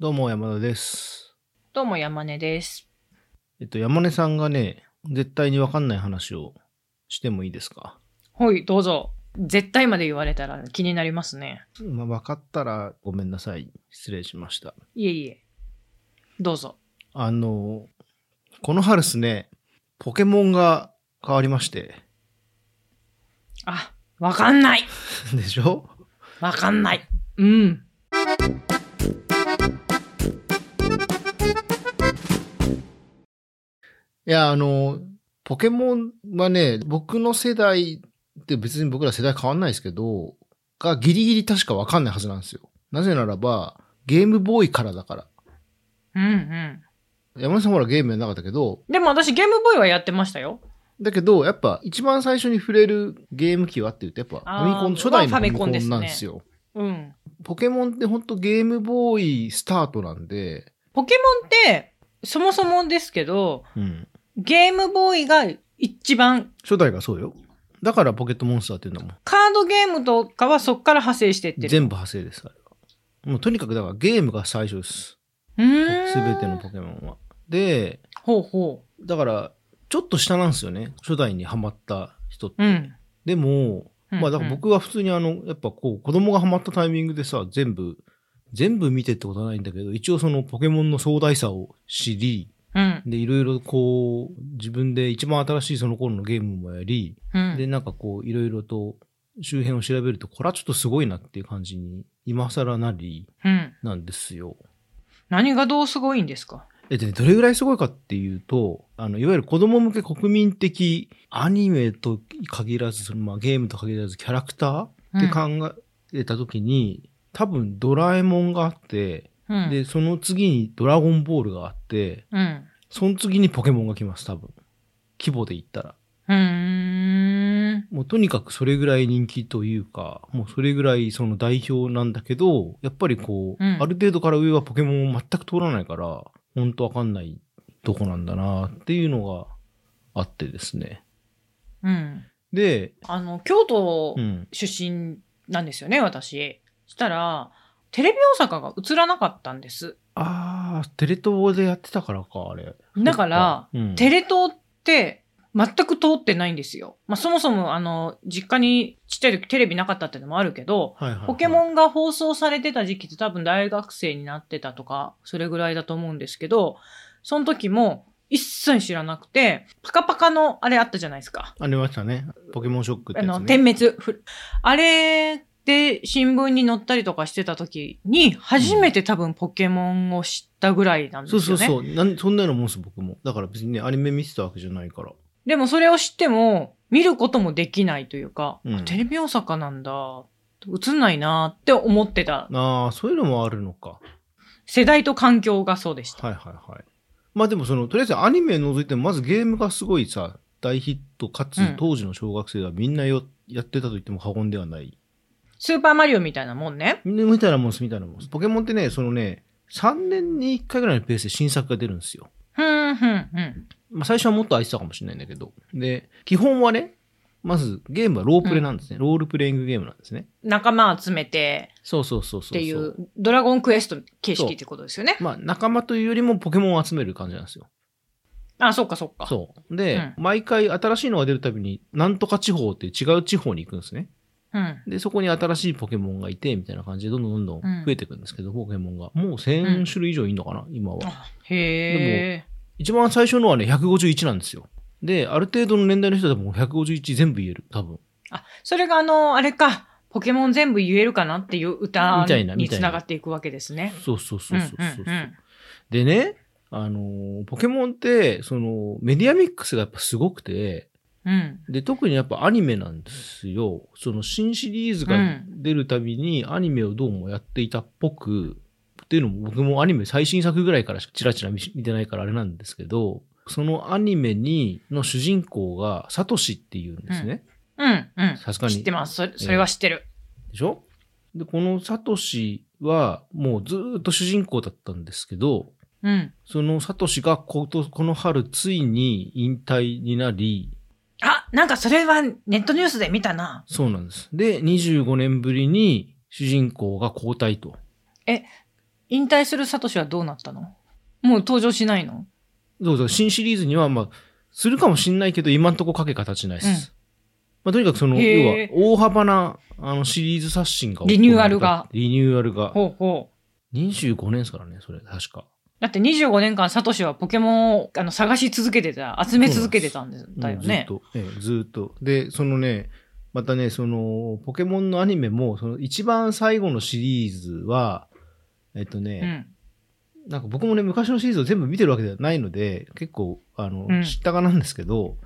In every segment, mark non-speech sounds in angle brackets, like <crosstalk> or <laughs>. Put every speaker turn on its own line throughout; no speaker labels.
どうも山田です。
どうも山根です。
えっと、山根さんがね、絶対にわかんない話をしてもいいですか
ほい、どうぞ。絶対まで言われたら気になりますね。
まあ、わかったらごめんなさい。失礼しました。
いえいえ。どうぞ。
あの、この春ですね、ポケモンが変わりまして。 <laughs>
あ、わかんない
でしょ
わかんないうん。
いや、あの、ポケモンはね、僕の世代って別に僕ら世代変わんないですけど、がギリギリ確かわかんないはずなんですよ。なぜならば、ゲームボーイからだから。
うんう
山根さんほらゲームやんなかったけど、
ん。でも私ゲームボーイはやってましたよ。
だけど、やっぱ一番最初に触れるゲーム機はって言うと、やっぱファミコン、
あー
初代のフ
まあ
ァミコ
ファミコンです
ン
ね
なんですよ。
うん。
ポケモンってほんとゲームボーイスタートなんで、
ポケモンって、そもそもですけど、
うん。
ゲームボーイが一番、
初代がそうよ。だからポケットモンスターって言うんだも
カードゲームとかはそっから派生してって
ん。
る。
全部派生です、あれは。もうとにかくだからゲームが最初です。す
うーん。
べてのポケモンは。で、
ほうほ
だから、ちょっと下なんですよね。初代にハマった人って。
う。うん。
でも、まあだから
うんうん
僕は普通にあの、やっぱこう、子供がハマったタイミングでさ、全部、全部見てってことはないんだけど、一応そのポケモンの壮大さを知り、
うん。
で、いろいろこう、自分で一番新しいその頃のゲームもやり、
うん。
で、なんかこう、いろいろと周辺を調べると、これはちょっとすごいなっていう感じに、今更なり、
うん。
なんですよ。
何がどうすごいんですか
え、でね、どれぐらいすごいかっていうと、あの、いわゆる子供向け国民的アニメと限らず、そのまあゲームと限らずキャラクターって考えた時に、多分ドラえもんがあって、
うん、
で、その次にドラゴンボールがあって、
うん。
その次にポケモンが来ます、多分。規模で言ったら。
うーん。
もうとにかくそれぐらい人気というか、もうそれぐらいその代表なんだけど、やっぱりこう、
うん
ある程度から上はポケモンを全く通らないから、ほんとわかんないとこなんだなっていうのがあってですね。
うん。
で、
あの、京都
うん。
出身なんですよね、私。したら、テレビ大阪が映らなかったんです。
あー、テレ東でやってたからか、あれ。
だから、
うん、
テレ東って全く通ってないんですよ。まあ、そもそも、あの、実家にちっちゃい時テレビなかったってのもあるけど、
はいはいはい
ポケモンが放送されてた時期って多分大学生になってたとか、それぐらいだと思うんですけど、その時も一切知らなくて、パカパカのあれあったじゃないですか。
ありましたね。ポケモンショックって
あ
やつ、ね。
の、点滅。ふあれで新聞に載ったりとかしてた時に、初めて多分ポケモンを知ったぐらいなんです
そ
よ
う
ね。
そうそう。なんそんなのもんす、僕も。だから別にね、アニメ見てたわけじゃないから。
でもそれを知っても、見ることもできないというか、
うん
あテレビ大阪なんだ、映んないなって思ってた。
ああ、そういうのもあるのか。
世代と環境がそうでした。
はいはいはい。まあでもその、とりあえずアニメ除いても、まずゲームがすごいさ、大ヒット、かつ
うん
当時の小学生はみんなよ、やってたと言っても過言ではない。
スーパーマリオみたいなもんね。
みんな見たらもんす、見たらもんす。ポケモンってね、そのね、3年に1回ぐらいのペースで新作が出るんですよ。
ふんふんふん。
まあ最初はもっと愛してたかもしれないんだけど。で、基本はね、まずゲームはロープレなんですね。ロールプレイングゲームなんですね。
仲間集めて
そうそうそうそうそう。
っていう、ドラゴンクエスト形式ってことですよね。
まあ、仲間というよりもポケモンを集める感じなんですよ。
あ、そっかそっか。
そう。で、
う
毎回新しいのが出るたびに、なんとか地方っていう違う地方に行くんですね。
うん。
で、そこに新しいポケモンがいて、みたいな感じで、どんどんどんどん増えていくんですけど、ポケモンが。もう1000種類以上いるのかな、今は。
あへえ。
一番最初のはね、151なんですよ。で、ある程度の年代の人でもう151全部言える、多分。
あ、それがあの、あれか、ポケモン全部言えるかなっていう歌
みたいなみ
に
たい
つ
な
ながっていくわけですね。
そうそうそうそうそうそう。
うんうんうん
でね、あのーポケモンって、その、メディアミックスがやっぱすごくて、
うん。
で、特にやっぱアニメなんですよ。その新シリーズが出るたびにアニメをどうもやっていたっぽく、っていうのも僕もアニメ最新作ぐらいからしかチラチラ見し見てないからあれなんですけど、そのアニメに、の主人公がサトシっていうんですね。
うん。うん。
さすがに。
知ってます。それそれは知ってる。
でしょで、このサトシはもうずーっと主人公だったんですけど、
うん。
そのサトシがことこの春ついに引退になり、
あ、なんかそれはネットニュースで見たな。
そうなんです。で、25年ぶりに主人公が交代と。
引退するサトシはどうなったのもう登場しないの
そうそう、新シリーズには、まあ、するかもしんないけど、今んとこ影形ないです。まあ、とにかくその、要は
へー、
大幅な、あの、シリーズ刷新が行われた。
リニューアルが
リニューアルが。
ほうほう。
25年ですからね、それ、確か。
だって25年間サトシはポケモンをあの探し続けてた、集め続けてたんですだよね。
うんずっと、ええずーっと。で、そのね、またね、その、ポケモンのアニメも、その、一番最後のシリーズは、えっとね、
うん。
なんか僕もね、昔のシリーズを全部見てるわけではないので、結構、あの、
うん
知ったかなんですけど、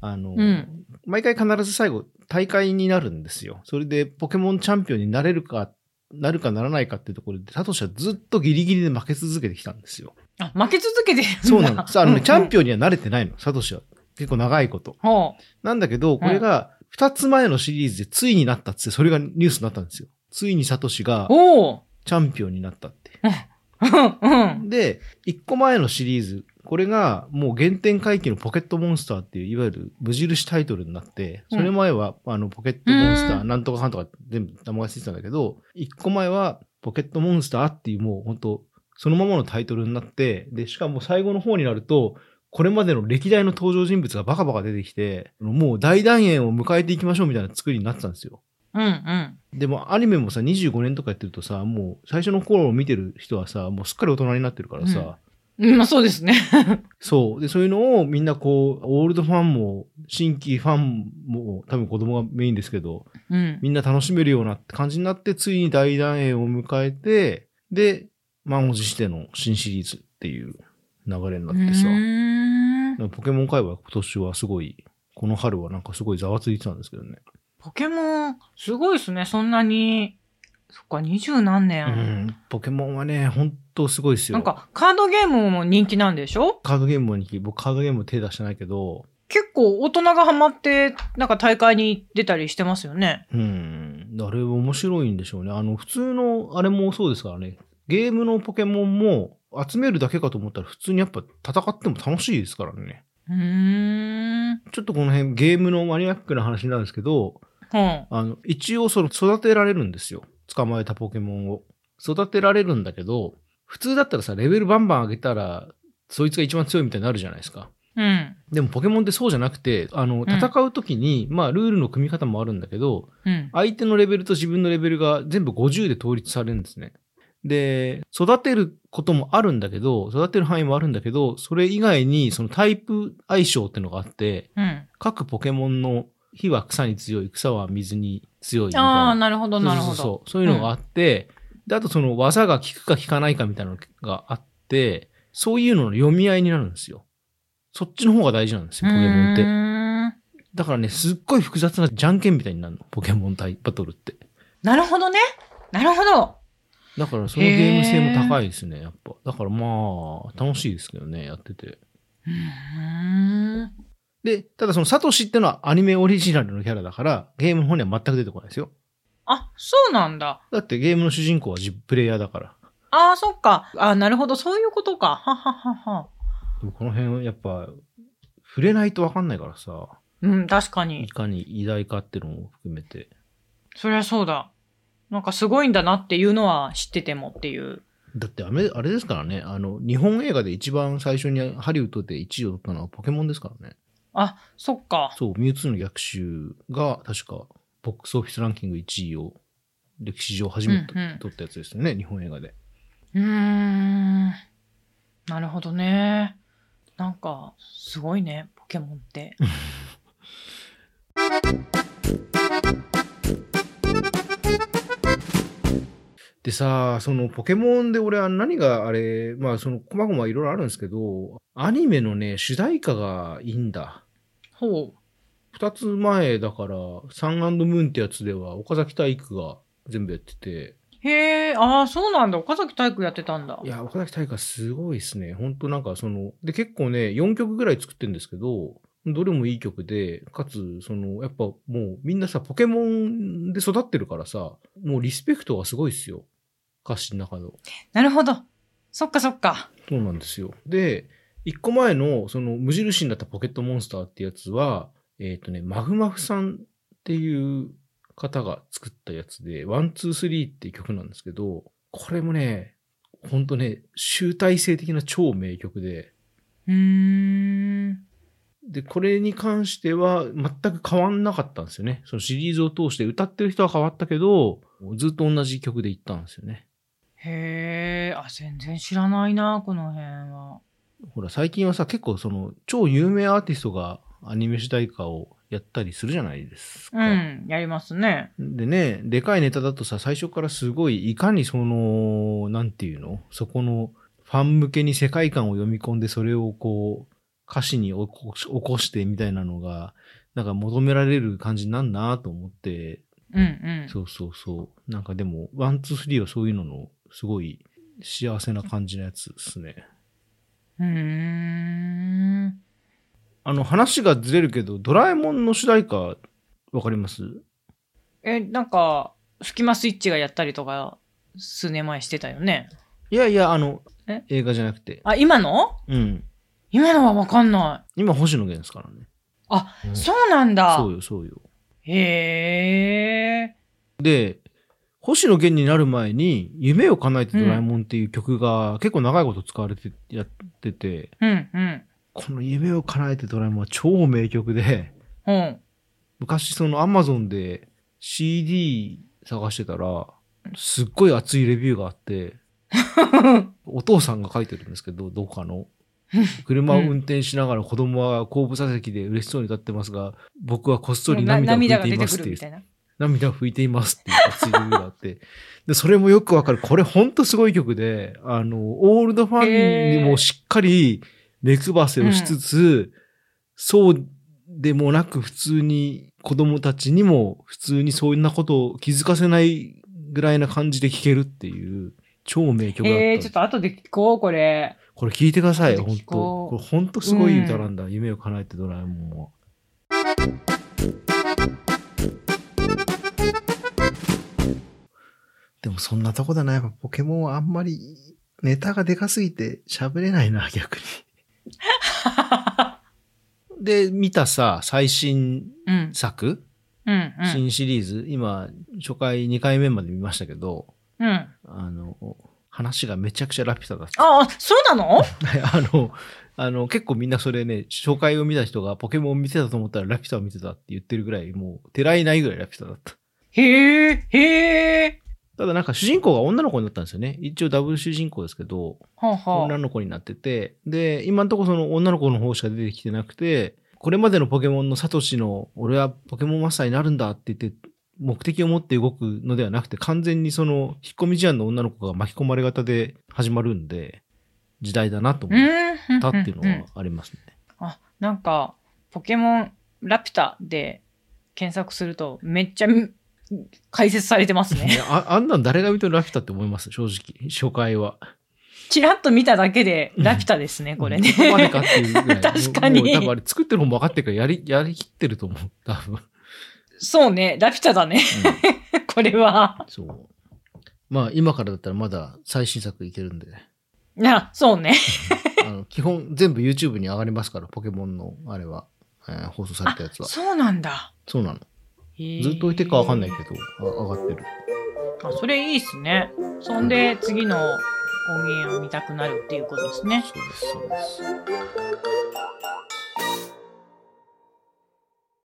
あの、
うん
毎回必ず最後、大会になるんですよ。それで、ポケモンチャンピオンになれるか、なるかならないかっていうところで、サトシはずっとギリギリで負け続けてきたん
<laughs>
ですよ。
あ、負け続けてるんだ
そうなの。さあ、あのね、チャン
ピ
ピオンには慣れてないの、サトシは。結構長いこと。
オン。ほう。
なんだけど、これが、二つ前のシリーズでついになったっつって、それがニュースになったんですよ。ついにサトシが
おお。
チャンピオンになったって。
うん。
で、一個前のシリーズ、これがもう原点回帰のポケットモンスターっていう、いわゆる無印タイトルになって、それ前は、あの、ポケットモンスタ
う
ー、なんとかかんとか全部名前がついてたんだけど、一個前はポケットモンスターっていうもう本当そのままのタイトルになって、で、しかも最後の方になると、これまでの歴代の登場人物がバカバカ出てきて、もう大団円を迎えていきましょうみたいな作りになってたんですよ。
うんうん。
でもアニメもさ、25年とかやってるとさ、もう最初の頃を見てる人はさ、もうすっかり大人になってるからさ、
うんうん、まあそうですね。
そう。で、そういうのをみんなこう、オールドファンも、新規ファンも、多分子供がメインですけど、
うん。
みんな楽しめるような感じになって、ついに大団円を迎えて、で、満を持しての新シリーズっていう流れになってさ、
うーん
なんかポケモン界隈今年はすごい、この春はなんかすごいざわついてたんですけどね。
ポケモン、すごいですね。そんなに。そっか、二十何
う
年、
ん、ポケモンはね、ほんとすごいですよ。
なんか、カードゲームも人気なんでしょ
カードゲームも人気、僕カードゲーム手出してないけど、
結構大人がハマって、なんか大会に出たりしてますよね。
うん。あれ面白いんでしょうね。あの、普通の、あれもそうですからね。ゲームのポケモンも集めるだけかと思ったら普通にやっぱ戦っても楽しいですからね。
うーん。うん。
ちょっとこの辺ゲームのマニアックな話なんですけど、
は
あの、一応その育てられるんですよ。捕まえたポケモンを。育てられるんだけど、普通だったらさ、レベルバンバン上げたら、そいつが一番強いみたいになるじゃないですか。
うん。
でもポケモンってそうじゃなくて、あの、
ん
戦う時に、まあルールの組み方もあるんだけど、
うん。
相手のレベルと自分のレベルが全部50で統一されるんですね。で、育てることもあるんだけど、育てる範囲もあるんだけど、それ以外にそのタイプ相性ってのがあって、
うん。
各ポケモンの火は草に強い、草は水に強いみたいな。
ああ、なるほど、なるほ
そうそう
ど。
そうそういうのがあって、で、あとその技が効くか効かないかみたいなのがあって、そういうのの読み合いになるんですよ。そっちの方が大事なんです
う
よ、ポケモンって
ー。ん
だからね、すっごい複雑なじゃんけんみたいになるの、ポケモン対バトルって。
なるほどね。なるほど。
だからそのゲーム性も高いですね、やっぱ。だからまあ、楽しいですけどね、やってて。
うーん。
で、ただそのサトシってのはアニメオリジナルのキャラだから、ゲームの方には全く出てこないですよ。
あ、そうなんだ。
だってゲームの主人公はジプレイヤーだから。
ああ、そっか。ああ、なるほど。そういうことか。はははは。
でもこの辺はやっぱ、触れないとわかんないからさ、
うん、確かに
い。かに偉大かっていうのも含めて。
そりゃそうだ。なんかすごいんだなっていうのは知っててもっていう。
だってあれあれですからね、あの、日本映画で一番最初にハリウッドで1位を取ったのはポケモンですからね。
あ、そっか。
そう、ミュウツーの逆襲が確かボックスオフィスランキング1位を歴史上初めて
うんうん
取ったやつですよね、日本映画で。
うーん。なるほどね。なんか、すごいね、ポケモンって。
でさ、そのポケモンで俺は何があれ、まあその細々いろいろあるんですけど、アニメのね、主題歌がいいんだ。
ほう。
二つ前だから、サンムーンってやつでは岡崎体育が全部やってて、
へえ、ああ、そうなんだ。岡崎体育やってたんだ
い。や、岡崎体育はすごいですね。ほんとなんかその、で、結構ね、4曲ぐらい作ってるんですけど、どれもいい曲で、かつ、その、やっぱもうみんなさ、ポケモンで育ってるからさ、もうリスペクトがすごいっすよ。歌詞の中の。
なるほど。そっかそっか。
そうなんですよ。で、一個前の、その、無印になったポケットモンスターってやつは、えっ、とね、マフマフさんっていう方が作ったやつで、ワン、ツー、スリーっていう曲なんですけど、これもね、ほんとね、集大成的な超名曲で、
うーん。
で、これに関しては全く変わんなかったんですよね。そのシリーズを通して歌ってる人は変わったけど、ずっと同じ曲で行ったんですよね。
へえ、あ、全然知らないな、この辺は。
ほら、最近はさ、結構その超有名アーティストがアニメ主題歌をやったりするじゃないですか。
うん、やりますね。
でね、でかいネタだとさ、最初からすごい、いかにその、なんていうのそこの、ファン向けに世界観を読み込んで、それをこう、歌詞に起こし起こしてみたいなのが、なんか求められる感じになんなと思って、
うんうん。
そうそうそう。なんかでも、ワン、ツー、スリーはそういうのの、すごい幸せな感じのやつですね。
うーん。
あの、話がずれるけど、ドラえもんの主題歌、わかります
え、なんか、スキマスイッチがやったりとか、数年前してたよね。
いやいや、あの
え、
映画じゃなくて。
あ、今の
うん。
今のはわかんな
今、星野源ですからね。
あ
うん、
い。そうなんだ。
そうよ、そうよ。
へえ。
で、星野源になる前に、夢を叶えてドラえもんっていう曲が結構長いこと使われてやってて、
うんうん。
この夢を叶えてドラえもんは超名曲で、 <laughs>
うん。
昔その Amazon で CD 探してたら、すっごい熱いレビューがあって、お父さんが書いてるんですけど、どこか
<laughs>
の。車を運転しながら子供は後部座席で嬉しそうに歌ってますが、僕はこっ <laughs> そり涙を
涙
拭
が
いて
出
い
て
ま
く
すって
る
いう
みたいな。
涙を拭いていますっていう熱い意味があって。で、それもよくわかる。これほんとすごい曲で、あの、オールドファンにもしっかり目配せをしつつ、そうでもなく普通に子供たちにも普通にそんなことを気づかせないぐらいな感じで聴けるっていう超名曲だったん
へ
で
え、
す。
ちょっと後で聞こう、これ。 <laughs>
これ聴いてください、
ちょっと
本
聞
当
こう
これ本当すごい歌なんだ。夢を叶えてドラえもんは。でもそんなとこだな。やっぱポケモンはあんまりネタがでかすぎて喋れないな、 <laughs> 逆に。で、見たさ、最新
うん。
作、
うんうん。
新シリーズ、今、初回2回目まで見ましたけど、
うん。あ
あの、話がめちゃくちゃラピュタだった。
あ、そうなの
はい <laughs> あの、あの、結構みんなそれね、紹介を見た人がポケモン見てたと思ったらラピュタを見てたって言ってるぐらい、もう、てらいないぐらいラピュタだった。
へえ、へえ。
ただなんか主人公が女の子になったんですよね。一応ダブル主人公ですけど、
はあは
女の子になってて、で、今んとこその女の子の方しか出てきてなくて、これまでのポケモンのサトシの、俺はポケモンマスターになるんだって言って、目的を持って動くのではなくて、完全にその、引っ込み思案の女の子が巻き込まれ型で始まるんで、時代だなと
う
思っ
ん。
たっていう
うんう
の
ん
はありますね。
あ、なんか、ポケモンラピュタで検索するとめっちゃみ解説されてま
<laughs>
す
い
ね。
やああんなん誰が見てるラピュタって思います正直。初回は。
チラッと見ただけでラピュタですね、これね
ど。こまでかっていうぐらい。
確かに
もう多分あれ作ってる方も分かってるからやり、やりきってると思う。多分。うん
<laughs> そうね、ラピュタだね、 <laughs> これは。
そう。まあ今からだったらまだ最新作いけるんで。
な、そうね。
あの基本全部 YouTube に上がりますから、ポケモンのあれは。えー放送されたやつは。
そうなんだ。
そうなの。
へー
ずっと置いてるか分かんないけど、あ上がってる。
あ、それいいっすね。そんで次の音源を見たくなるっていうことですね。
そうです、そうです。